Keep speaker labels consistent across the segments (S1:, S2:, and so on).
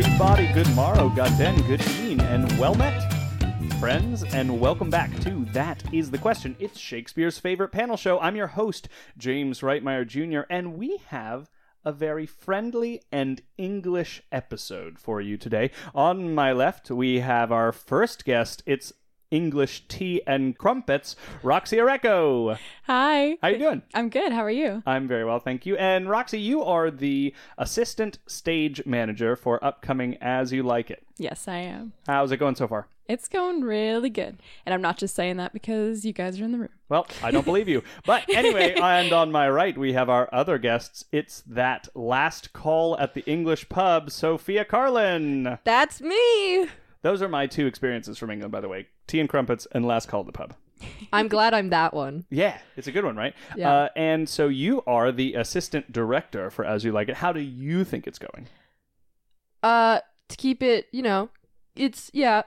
S1: good morrow, goddamn, good evening, and well met, friends, and welcome back to That Is the Question. It's Shakespeare's favorite panel show. I'm your host, James Reitmeyer Jr., and we have a very friendly and English episode for you today. On my left, we have our first guest. It's English tea and crumpets, Roxy Areco.
S2: Hi.
S1: How you doing?
S2: I'm good. How are you?
S1: I'm very well, thank you. And Roxy, you are the assistant stage manager for upcoming As You Like It.
S2: Yes, I am.
S1: How's it going so far?
S2: It's going really good. And I'm not just saying that because you guys are in the room.
S1: Well, I don't believe you. But anyway, and on my right, we have our other guests. It's that last call at the English pub, Sophia Carlin.
S3: That's me.
S1: Those are my two experiences from England, by the way tea and crumpets and last call at the pub.
S3: I'm glad I'm that one.
S1: Yeah, it's a good one, right?
S3: Yeah.
S1: Uh, and so you are the assistant director for As You Like It. How do you think it's going?
S3: Uh, to keep it, you know, it's yeah.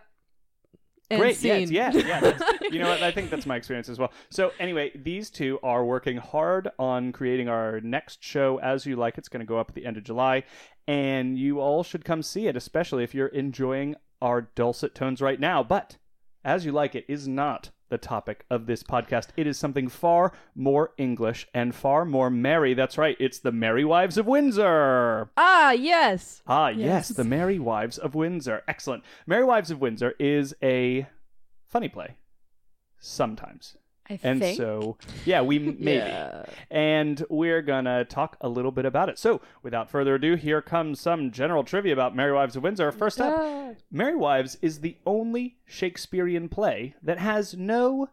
S3: And
S1: Great.
S3: Scene.
S1: Yes. Yeah. Yeah. that's- you know what? I think that's my experience as well. So anyway, these two are working hard on creating our next show, As You Like. It's going to go up at the end of July, and you all should come see it, especially if you're enjoying our dulcet tones right now. But As You Like It is not the topic of this podcast. It is something far more English and far more merry. That's right. It's the Merry Wives of Windsor.
S3: Ah, yes.
S1: Ah, yes.
S2: Yes.
S1: The Merry Wives of Windsor. Excellent. Merry Wives of Windsor is a funny play sometimes.
S2: I
S1: And
S2: think.
S1: so, yeah, we maybe.
S3: Yeah.
S1: And we're going to talk a little bit about it. So, without further ado, here comes some general trivia about Merry Wives of Windsor. First up,
S3: Ah.
S1: Merry Wives is the only Shakespearean play that has no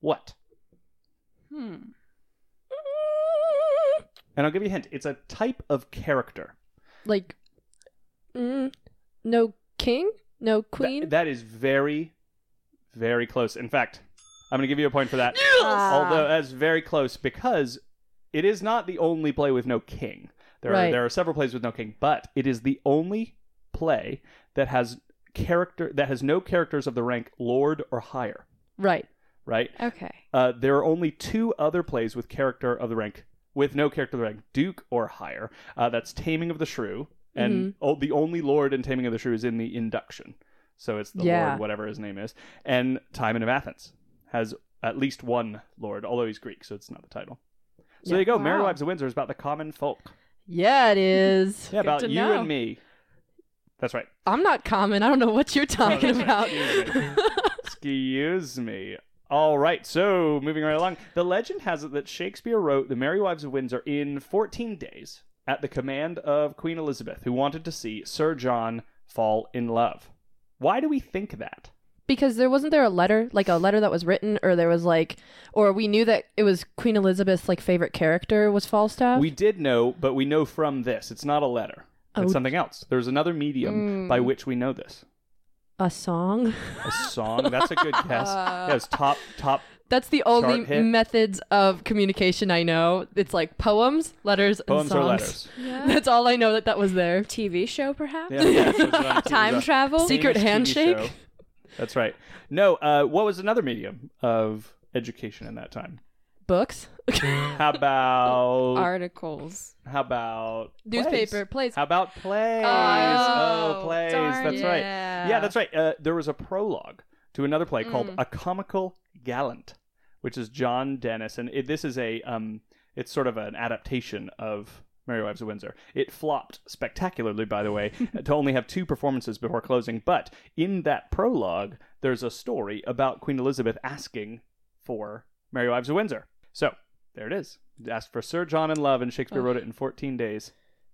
S1: what?
S2: Hmm.
S1: And I'll give you a hint. It's a type of character.
S3: Like, mm, no king, no
S1: Th-
S3: queen.
S1: that is very, very close. In fact, I'm going to give you a point for that.
S2: Uh,
S3: Ah.
S1: Although that's very close because it is not the only play with no king. There are
S3: Right.
S1: there are several plays with no king, but it is the only play that has character that has no characters of the rank lord or higher.
S3: right.
S1: Right?
S2: Okay.
S1: Uh, there are only two other plays with character of the rank with no character of the rank duke or higher. Uh, that's Taming of the Shrew, and
S2: Mm-hmm.
S1: oh, the only lord in Taming of the Shrew is in the induction. So it's the
S3: Yeah.
S1: lord, whatever his name is, and Timon of Athens has at least one lord, although he's Greek, so it's not the title. So there you go. Merry
S2: Wow.
S1: Wives of Windsor is about the common folk.
S3: Yeah, it is.
S1: Yeah, about
S2: to
S1: you
S2: know.
S1: and me. That's right.
S3: I'm not common. I don't know what you're talking about.
S1: Excuse me. All right, so moving right along. The legend has it that Shakespeare wrote The Merry Wives of Windsor in 14 days at the command of Queen Elizabeth, who wanted to see Sir John fall in love. Why do we think that?
S3: because there wasn't there a letter like a letter that was written or there was like or we knew that it was queen elizabeth's like favorite character was falstaff
S1: We did know, but we know from this. It's not a letter,
S3: Oh. Mm.
S1: it's something else. There's another medium by which we know this.
S3: a song
S1: A song. That's a good guess. yeah, it's top, top.
S3: that's the only
S1: hit.
S3: methods of communication i know it's like poems letters
S1: Poems
S3: and
S1: or
S3: songs
S1: letters.
S2: Yeah.
S3: that's all i know that that was there
S2: TV show, perhaps?
S1: Yeah, yeah, so it's on TV.
S2: Time
S1: It's a
S2: travel?
S3: See- Secret
S1: famous TV
S3: handshake?
S1: show. That's right. No, uh, what was another medium of education in that time?
S3: books
S1: How about
S2: Articles.
S1: how about plays?
S3: newspaper plays
S1: How about plays?
S2: Oh,
S1: plays.
S2: darn
S1: That's right.
S3: yeah.
S1: Yeah, that's right. Uh, there was a prologue to another play
S2: Mm.
S1: called A Comical Gallant, which is John Dennis, and it, this is a um, it's sort of an adaptation of Merry Wives of Windsor. It flopped spectacularly, by the way, to only have two performances before closing. But in that prologue, there's a story about Queen Elizabeth asking for Merry Wives of Windsor. So there it is. Asked for Sir John in love, and Shakespeare wrote it in 14 days.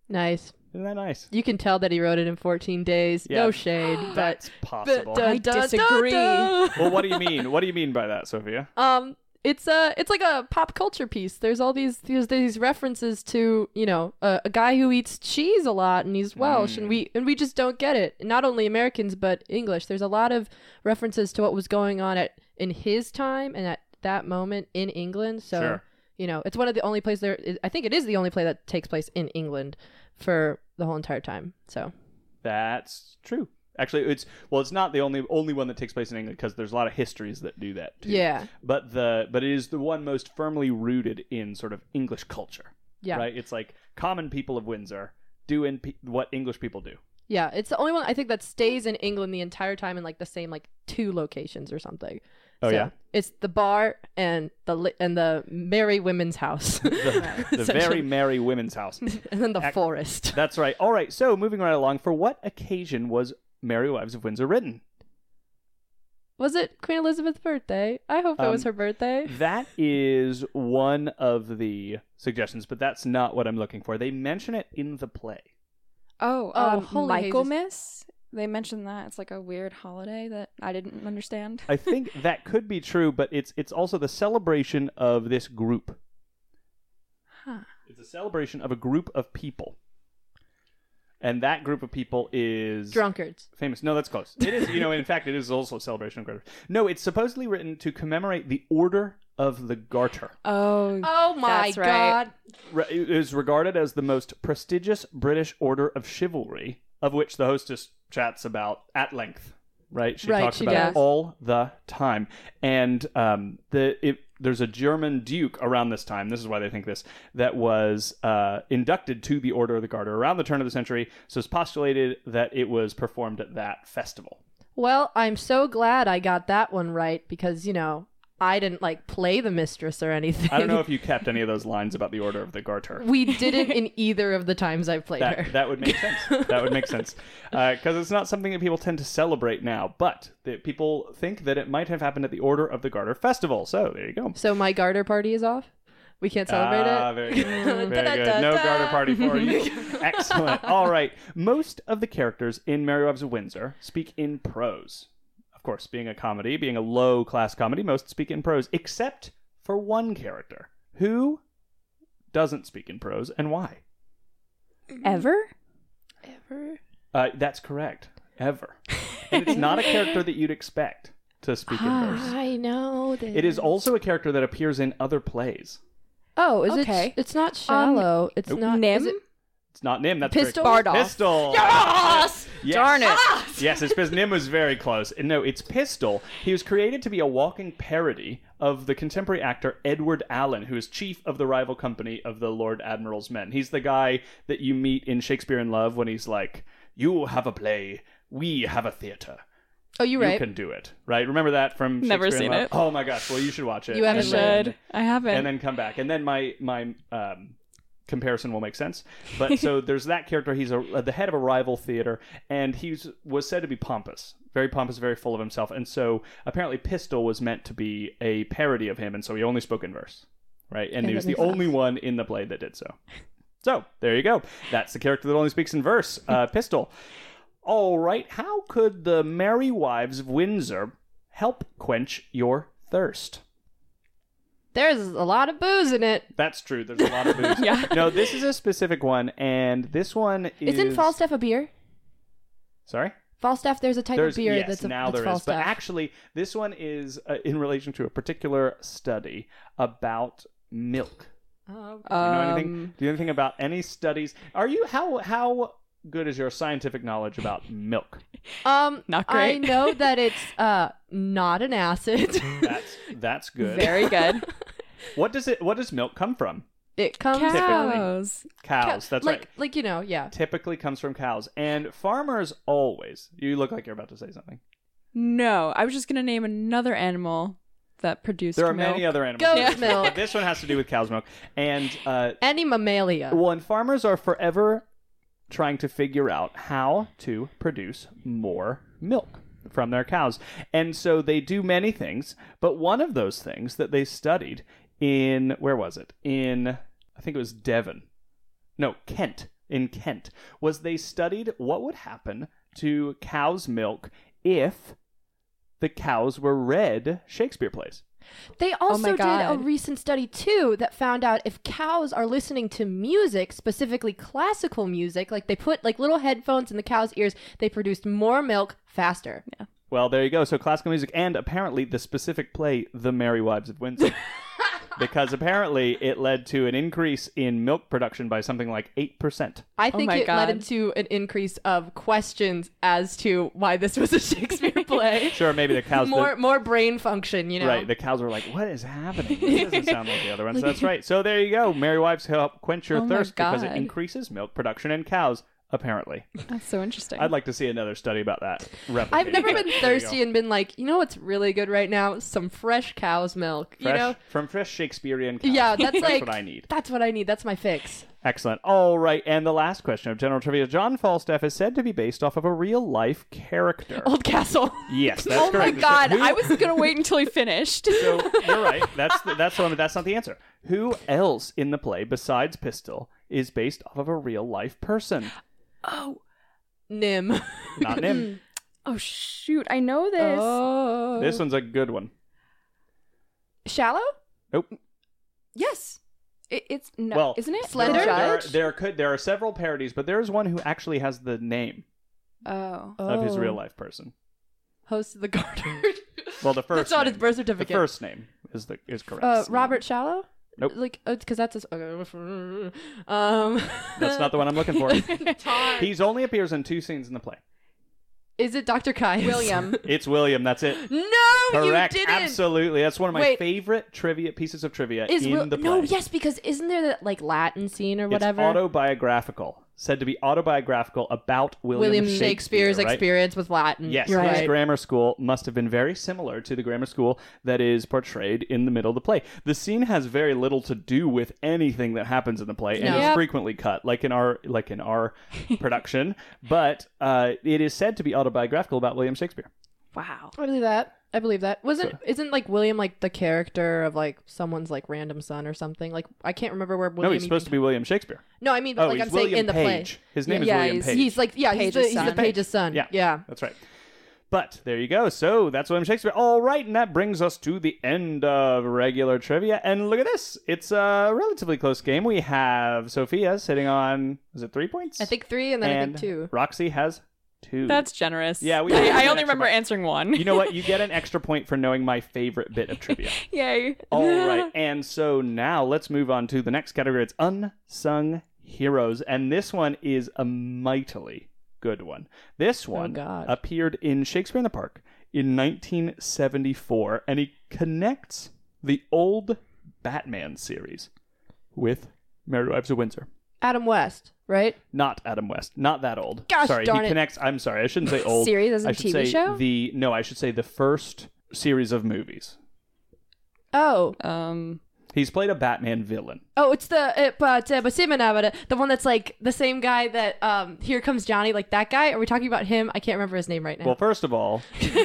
S3: nice
S1: Isn't that nice?
S3: you can tell that he wrote it in 14 days
S1: Yeah.
S3: no shade but
S1: That's possible.
S3: But, uh,
S2: I
S3: da- da-
S2: disagree.
S3: da.
S1: well, what do you mean? What do you mean by that, Sophia?
S3: um it's a it's like a pop culture piece there's all these there's these references to you know a, a guy who eats cheese a lot and he's welsh and we and we just don't get it not only americans but english there's a lot of references to what was going on at in his time and at that moment in england so
S1: Sure.
S3: you know it's one of the only plays there i think it is the only play that takes place in england for the whole entire time so
S1: That's true. Actually, it's well, it's not the only only one that takes place in England because there's a lot of histories that do that too.
S3: yeah
S1: But the but it is the one most firmly rooted in sort of English culture.
S3: yeah
S1: Right. It's like common people of Windsor doing pe- what English people do.
S3: Yeah, it's the only one I think that stays in England the entire time in like the same like two locations or something.
S1: Oh, yeah?
S3: it's the bar and the li- and the merry women's house,
S1: The, the very merry women's house.
S3: and then the
S1: Ac-
S3: forest.
S1: That's right. All right. So moving right along, for what occasion was Merry Wives of Windsor written?
S3: Was it Queen Elizabeth's birthday? I hope it was
S1: Um,
S3: her birthday.
S1: That is one of the suggestions, but that's not what I'm looking for. They mention it in the play.
S2: Oh,
S3: Oh,
S2: um,
S3: holy
S2: Michaelmas. They mentioned that it's like a weird holiday that I didn't understand.
S1: I think that could be true, but it's it's also the celebration of this group.
S2: Huh.
S1: It's a celebration of a group of people. And that group of people is
S3: Drunkards.
S1: famous. No, that's close. It is, you know, in fact, it is also a celebration of garter. No, it's supposedly written to commemorate the order of the garter.
S2: Oh,
S3: Oh my
S2: That's right.
S3: god!
S1: Re- It is regarded as the most prestigious British order of chivalry, of which the hostess chats about at length. Right, she
S3: Right,
S1: talks
S3: she
S1: about
S3: does.
S1: it all the time, and um, the it, there's a German duke around this time. This is why they think this that was uh, inducted to the Order of the Garter around the turn of the century. So it's postulated that it was performed at that festival.
S3: Well, I'm so glad I got that one right because you know I didn't like play the mistress or anything.
S1: I don't know if you kept any of those lines about the Order of the Garter.
S3: we didn't in either of the times I've played her.
S1: That, that would make sense. That would make sense. Because it's not something that people tend to celebrate now, but that people think that it might have happened at the Order of the Garter Festival. So there you go.
S3: So my garter party is off. We can't celebrate
S1: ah,
S3: it.
S1: Very good. Very good. No
S3: Da-da-da-da.
S1: Garter Party for you. Excellent. All right. Most of the characters in Mary Wives of Windsor speak in prose. Of course, being a comedy, being a low class comedy, most speak in prose, except for one character who doesn't speak in prose and why.
S2: ever?
S3: Ever.
S1: Uh, that's correct. Ever. And it's not a character that you'd expect to speak in
S2: Ah.
S1: verse.
S3: I know this.
S1: It is also a character that appears in other plays.
S3: Oh, is
S2: Okay.
S3: it? It's not shallow. it's
S1: Nope.
S3: not
S2: Nim?
S3: Is it,
S1: It's not Nim. That's very
S3: Pistol?
S1: close.
S2: Bardolph.
S1: Pistol.
S3: yes!
S1: Yes.
S2: Darn it.
S1: Yes, it's Pistol. Nim was very close. And No, it's Pistol. He was created to be a walking parody of the contemporary actor Edward Allen, who is chief of the rival company of the Lord Admiral's Men. He's the guy that you meet in Shakespeare in Love when he's like, "You have a play, we have a theater."
S3: Oh, you're
S1: You
S3: right.
S1: can do it, right? Remember that from
S2: Never
S1: Shakespeare in
S2: seen
S1: Love?
S2: it.
S1: Oh my gosh! Well, you should watch it.
S3: You haven't
S1: and
S3: read.
S1: then-
S2: I haven't.
S1: and then come back, and then my my um, comparison will make sense. But so there's that character. He's a, uh, the head of a rival theater, and he's was said to be pompous, very pompous, very full of himself. And so apparently, Pistol was meant to be a parody of him, and so he only spoke in verse, right? And
S3: Yeah,
S1: he was
S3: that
S1: the
S3: makes
S1: only one in the play that did so. So there you go. That's the character that only speaks in verse, uh, Pistol. All right. How could the merry wives of Windsor help quench your thirst?
S3: There's a lot of booze in it.
S1: That's true. There's a lot of booze.
S2: Yeah.
S1: No, this is a specific one, and this one is.
S3: Isn't Falstaff a beer?
S1: Sorry.
S3: Falstaff, there's a type
S1: There's
S3: of beer
S1: yes.
S3: that's a
S1: now
S3: that's
S1: there is,
S3: Falstaff.
S1: but actually, this one is uh, in relation to a particular study about milk.
S3: Oh.
S1: Do you know anything?
S2: um,
S1: Do you know anything about any studies? Are you how how good is your scientific knowledge about milk?
S3: um,
S2: Not
S3: I
S2: great.
S3: know that it's uh not an acid.
S1: That's that's good.
S2: very good.
S1: What does it? What does milk come from?
S3: it comes from
S2: Cows.
S1: Cows. that's
S3: like,
S1: right.
S3: Like you know, yeah.
S1: Typically comes from cows, and farmers always. You look like you're about to say something.
S2: No, I was just gonna name another animal that produced.
S1: There are
S2: milk.
S1: many other animals.
S3: Goat's
S1: that do this,
S3: milk.
S1: but This one has to do with cow's milk. And uh,
S3: Any mammalia.
S1: well, and farmers are forever trying to figure out how to produce more milk from their cows. And so they do many things, but one of those things that they studied in where was it? In I think it was Devon. No, Kent. In Kent was they studied what would happen to cow's milk if the cows were read Shakespeare plays.
S3: They also
S2: Oh my
S3: did a
S2: God.
S3: recent study too that found out if cows are listening to music, specifically classical music, like they put like little headphones in the cow's ears, they produced more milk faster.
S1: Well, there you go. So classical music and apparently the specific play, The Merry Wives of Windsor. because apparently it led to an increase in milk production by something like 8%.
S3: I think
S2: Oh my
S3: it
S2: God.
S3: led into an increase of questions as to why this was a Shakespeare play.
S1: Sure, maybe the cows.
S3: more more brain function, you
S1: the,
S3: know.
S1: Right, the cows were like, "What is happening? This doesn't sound like the other ones." That's right. So there you go. Merry wives help quench your
S2: Oh my
S1: thirst because it
S2: God.
S1: increases milk production in cows. apparently.
S2: That's so interesting.
S1: I'd like to see another study about that. Replicated.
S3: I've never
S1: There
S3: been
S1: you go.
S3: thirsty and been like, you know what's really good right now? Some fresh cow's milk.
S1: Fresh,
S3: You know?
S1: from fresh Shakespearean. cows.
S3: Yeah, that's like
S1: what I need.
S3: That's what I need. That's my fix.
S1: Excellent. All right, and the last question of general trivia: John Falstaff is said to be based off of a real life character.
S3: Old Castle.
S1: Yes, that's
S2: oh my
S1: correct.
S2: god,
S1: Who-
S2: I was gonna wait until he finished.
S1: So you're right. That's the, that's the one, but that's not the answer. Who else in the play besides Pistol is based off of a real life person?
S3: Oh. Nim.
S1: Not Nim.
S2: oh shoot, I know this.
S3: Oh.
S1: this one's a good one.
S3: Shallow?
S1: Nope.
S3: Yes.
S2: It, it's no,
S1: well,
S2: isn't it?
S1: There,
S3: Slender
S1: are- there, are,
S3: Judge?
S1: there could there are several parodies, but there is one who actually has the name
S2: Oh,
S1: of his real life person.
S3: Oh, Host of the Garter.
S1: Well, the first
S3: that's not
S1: name,
S3: his birth
S1: the
S3: certificate.
S1: first name is the is correct.
S3: uh, Robert Shallow?
S1: Nope.
S3: Like, because that's his. Okay. Um,
S1: That's not the one I'm looking for.
S3: Tarn.
S1: He's only appears in two scenes in the play.
S3: Is it Dr. Caius?
S2: William.
S1: It's William. That's it.
S3: No,
S1: Correct.
S3: you didn't.
S1: Absolutely. That's one of my
S3: Wait.
S1: favorite trivia pieces of trivia
S3: Is
S1: in
S3: Will-
S1: the play.
S3: no? Yes, because isn't there that like Latin scene or whatever?
S1: It's autobiographical. Said to be autobiographical about William,
S3: William
S1: Shakespeare,
S3: Shakespeare's
S1: right?
S3: experience with Latin.
S1: Yes,
S3: You're
S1: his
S3: right.
S1: grammar school must have been very similar to the grammar school that is portrayed in the middle of the play. The scene has very little to do with anything that happens in the play, and
S3: No.
S1: is
S3: Yep.
S1: frequently cut, like in our like in our production. But uh, it is said to be autobiographical about William Shakespeare.
S2: wow.
S3: I believe that. I believe that. Wasn't isn't like William like the character of like someone's like random son or something? Like I can't remember where William.
S1: no, he's supposed to be William Shakespeare.
S3: No, I mean, but
S1: oh,
S3: like
S1: he's
S3: I'm
S1: William
S3: saying in the
S1: Page.
S3: play.
S1: His name is
S2: Yeah,
S1: William
S2: he's-
S1: Page.
S3: He's like yeah, he's
S2: Page's
S3: the, he's the
S2: son.
S3: page's son.
S1: Yeah.
S3: yeah.
S1: That's right. But there you go. So that's William Shakespeare. All right, and that brings us to the end of regular trivia. And look at this. It's a relatively close game. We have Sophia sitting on is it three points?
S3: I think three, and then I think two.
S1: Roxy has two.
S2: That's generous.
S1: Yeah, we-
S2: I, I
S1: Yeah,
S2: only remember
S1: somebody-
S2: answering one.
S1: you know what? You get an extra point for knowing my favorite bit of trivia.
S2: Yay.
S1: All right. And so now let's move on to the next category. It's unsung heroes. And this one is a mightily good one. This one
S3: Oh, God.
S1: appeared in Shakespeare in the Park in 1974. And he connects the old Batman series with Mary Wives of Windsor.
S3: Adam West, right?
S1: Not Adam West. Not that old.
S3: Gosh
S1: sorry,
S3: darn
S1: he
S3: it.
S1: connects. I'm sorry. I shouldn't say old.
S2: Series as in
S1: I should
S2: TV
S1: say
S2: show?
S1: The no. I should say the first series of movies.
S3: Oh,
S2: Um.
S1: He's played a Batman villain.
S3: oh, it's the it, but uh, but Simon Abada, the one that's like the same guy that um here comes Johnny, like that guy. Are we talking about him? I can't remember his name right now.
S1: Well, first of all, you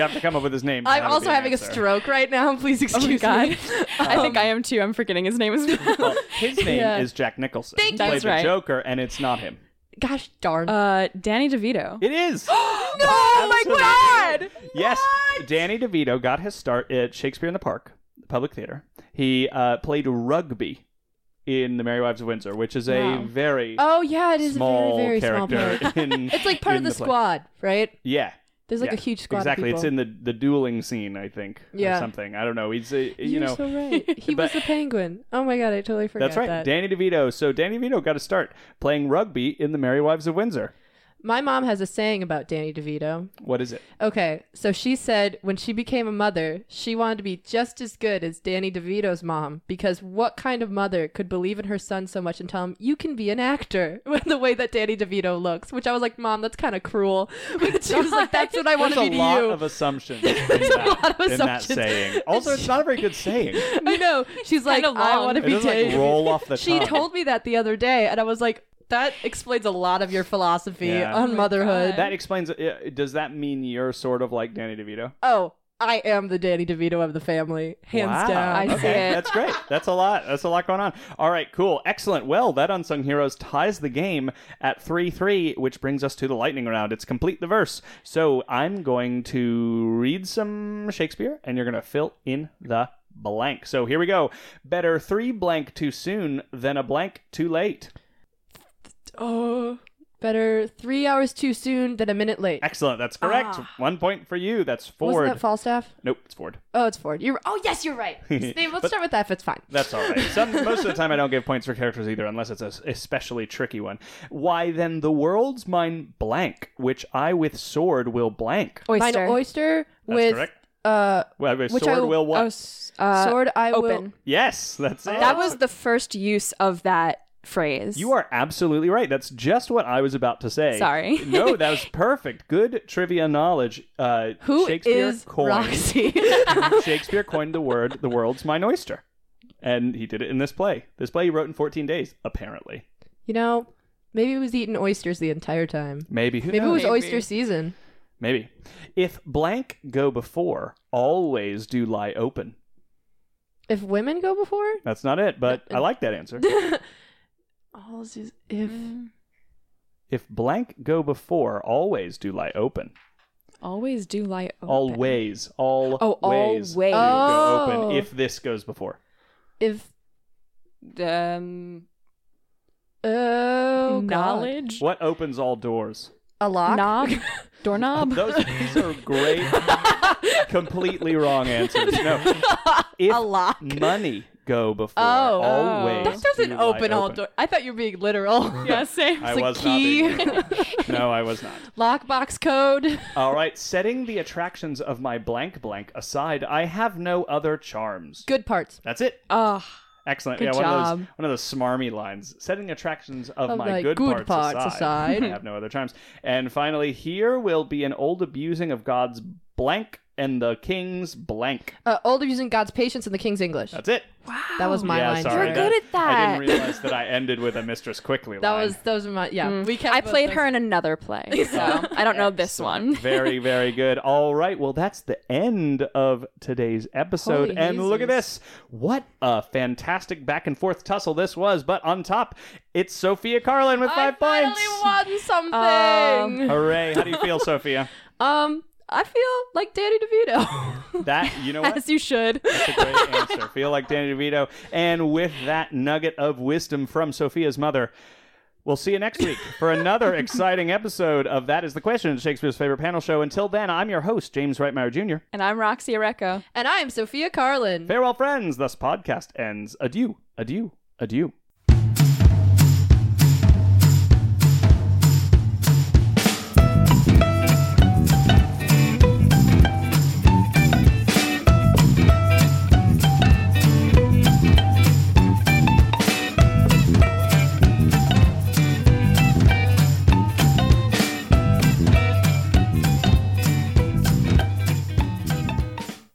S1: have to come up with his name.
S3: I'm
S1: That would be
S3: also
S1: an
S3: having
S1: answer.
S3: a stroke right now. Please
S1: Oh,
S2: Oh
S3: excuse
S2: God.
S3: me.
S2: I
S1: Um,
S2: think I am too. I'm forgetting his name as well.
S1: Well, his name
S3: Yeah.
S1: is Jack Nicholson.
S3: Thank
S1: he
S3: you.
S1: played
S2: That's
S1: the
S2: right.
S1: Joker, and it's not him.
S3: Gosh darn.
S2: Uh, Danny DeVito.
S1: It is.
S3: oh
S1: Absolutely. Yes, Danny DeVito got his start at Shakespeare in the Park, the public theater. He uh, played rugby in The Merry Wives of Windsor, which is a
S2: Wow.
S1: very
S3: Oh yeah, it is
S1: small
S3: a very very small
S1: character.
S3: play.
S1: in,
S3: It's like part
S1: in
S3: of the,
S1: play.
S3: squad, right?
S1: Yeah,
S3: There's like
S1: yeah,
S3: a huge squad.
S1: Exactly,
S3: Of
S1: it's
S3: people.
S1: in the the dueling scene, I think, or
S3: Yeah.
S1: something. I don't know. He's a, you
S3: You're
S1: know.
S3: so right. He
S1: But-
S3: was the penguin. Oh my god, I totally forgot
S1: That's right,
S3: that.
S1: Danny DeVito. So Danny DeVito got to start playing rugby in the Merry Wives of Windsor.
S3: my mom has a saying about Danny DeVito.
S1: What is it?
S3: Okay, so she said when she became a mother, she wanted to be just as good as Danny DeVito's mom because what kind of mother could believe in her son so much and tell him, you can be an actor, with the way that Danny DeVito looks? Which I was like, Mom, that's kind of cruel. But she was like, that's what I want to
S1: There's
S3: be
S1: a
S3: to
S1: lot
S3: you.
S1: of assumptions in, that,
S3: lot of
S1: in that
S3: assumptions.
S1: saying. Also, it's not a very good saying. It
S3: I know. She's like,
S2: Kinda
S3: I
S2: long.
S3: want to be
S1: doesn't like
S3: Danny
S1: roll off the
S3: She
S1: tongue.
S3: told me that the other day, and I was like, that explains a lot of your philosophy
S1: Yeah. Oh
S3: on motherhood.
S1: that explains. uh, Does that mean you're sort of like Danny DeVito?
S3: oh, I am the Danny DeVito of the family, hands
S1: Wow.
S3: down.
S2: I see
S1: Okay,
S2: it.
S1: That's great. That's a lot. That's a lot going on. All right, cool. Excellent. Well, that Unsung Heroes ties the game at 3 3, which brings us to the lightning round. It's complete the verse. So I'm going to read some Shakespeare, and you're going to fill in the blank. So here we go. Better three blank too soon than a blank too late.
S3: Oh, better three hours too soon than a minute late.
S1: Excellent. That's correct.
S3: Ah.
S1: One point for you. That's Ford.
S3: Wasn't that Falstaff?
S1: nope, it's Ford.
S3: Oh, it's Ford. You're. Oh, yes, you're right. Let's
S1: But-
S3: start with F. It's fine.
S1: That's all right. Some, most of the time, I don't give points for characters either, unless it's an especially tricky one. Why then the world's mine blank, which I with sword will blank.
S3: Mine
S2: Oyster.
S3: oyster
S1: That's
S3: Oh, with
S1: correct.
S3: uh
S1: Well, with
S3: which
S1: sword
S3: I- Oh.
S1: will what?
S2: Oh, s- uh,
S3: sword. I
S2: open.
S3: will.
S1: yes, that's it.
S2: That was the first use of that phrase.
S1: You are absolutely right. That's just what I was about to say.
S2: Sorry.
S1: no, that was perfect. Good trivia knowledge. Uh,
S3: Who
S1: Shakespeare
S3: is
S1: coined,
S3: Roxy?
S1: Shakespeare coined the word "the world's mine oyster," and he did it in this play. This play he wrote in 14 days, apparently.
S3: you know, maybe he was eating oysters the entire time.
S1: Maybe who
S3: Maybe it
S1: knows?
S3: was
S4: Maybe.
S3: oyster season.
S1: Maybe. If blank go before, always do lie open.
S3: If women go before,
S1: That's not it, but I like that answer.
S3: all is if
S2: Mm.
S1: If blank go before, always do lie open.
S2: Always do lie open.
S3: Oh,
S1: Always, all
S2: Oh,
S1: ways
S2: always.
S1: do go open.
S3: Oh.
S1: If this goes before,
S3: if
S2: Um,
S3: oh God.
S2: knowledge.
S1: what opens all doors?
S3: a lock
S2: Knob.
S3: Um.
S2: Doorknob.
S1: Those these are great, completely wrong answers. No, if
S3: a lock.
S1: money go before,
S3: Oh.
S1: always.
S3: That doesn't
S1: do lie
S3: open all doors. I thought you were being literal.
S2: yeah, same.
S1: I
S3: It's a
S1: was
S3: key.
S1: not. Being no, I was not.
S3: Lockbox code.
S1: All right, setting the attractions of my blank blank aside, I have no other charms.
S3: Good parts.
S1: That's it.
S3: Oh,
S1: Excellent. yeah,
S3: Good
S1: one of
S3: job.
S1: those one of those smarmy lines. Setting attractions of,
S3: Of
S1: my,
S3: my
S1: good,
S3: good
S1: parts,
S3: parts
S1: aside.
S3: aside.
S1: I have no other charms. And finally, here will be an old abusing of God's blank and the king's blank.
S3: uh, old using God's patience in the King's English.
S1: That's it.
S4: Wow.
S3: that was my
S1: yeah,
S3: line.
S1: sorry.
S4: You're
S1: that-
S4: good at
S1: I
S4: that.
S1: didn't realize that I ended with a mistress quickly.
S3: That
S1: line.
S3: was those were my yeah. We kept
S2: I
S3: both
S2: played
S3: those.
S2: her in another play, so I don't know this one.
S1: very, very good. All right. Well, that's the end of today's episode.
S3: Holy
S1: and look at
S3: Jesus.
S1: this. What a fantastic back and forth tussle this was. But on top, it's Sophia Carlin with
S3: I
S1: five points.
S3: finally won
S2: Um,
S3: something.
S1: Hooray. How do you feel, Sophia?
S3: um, I feel like Danny DeVito.
S1: That, you know what?
S2: As you should.
S1: That's a great answer. Feel like Danny DeVito. And with that nugget of wisdom from Sophia's mother, we'll see you next week for another exciting episode of That Is the Question, Shakespeare's favorite panel show. Until then, I'm your host, James Reitmeyer Jr.
S2: And I'm Roxy Areco.
S3: and I am Sophia Carlin.
S1: Farewell, friends. Thus, podcast ends. Adieu, adieu, adieu.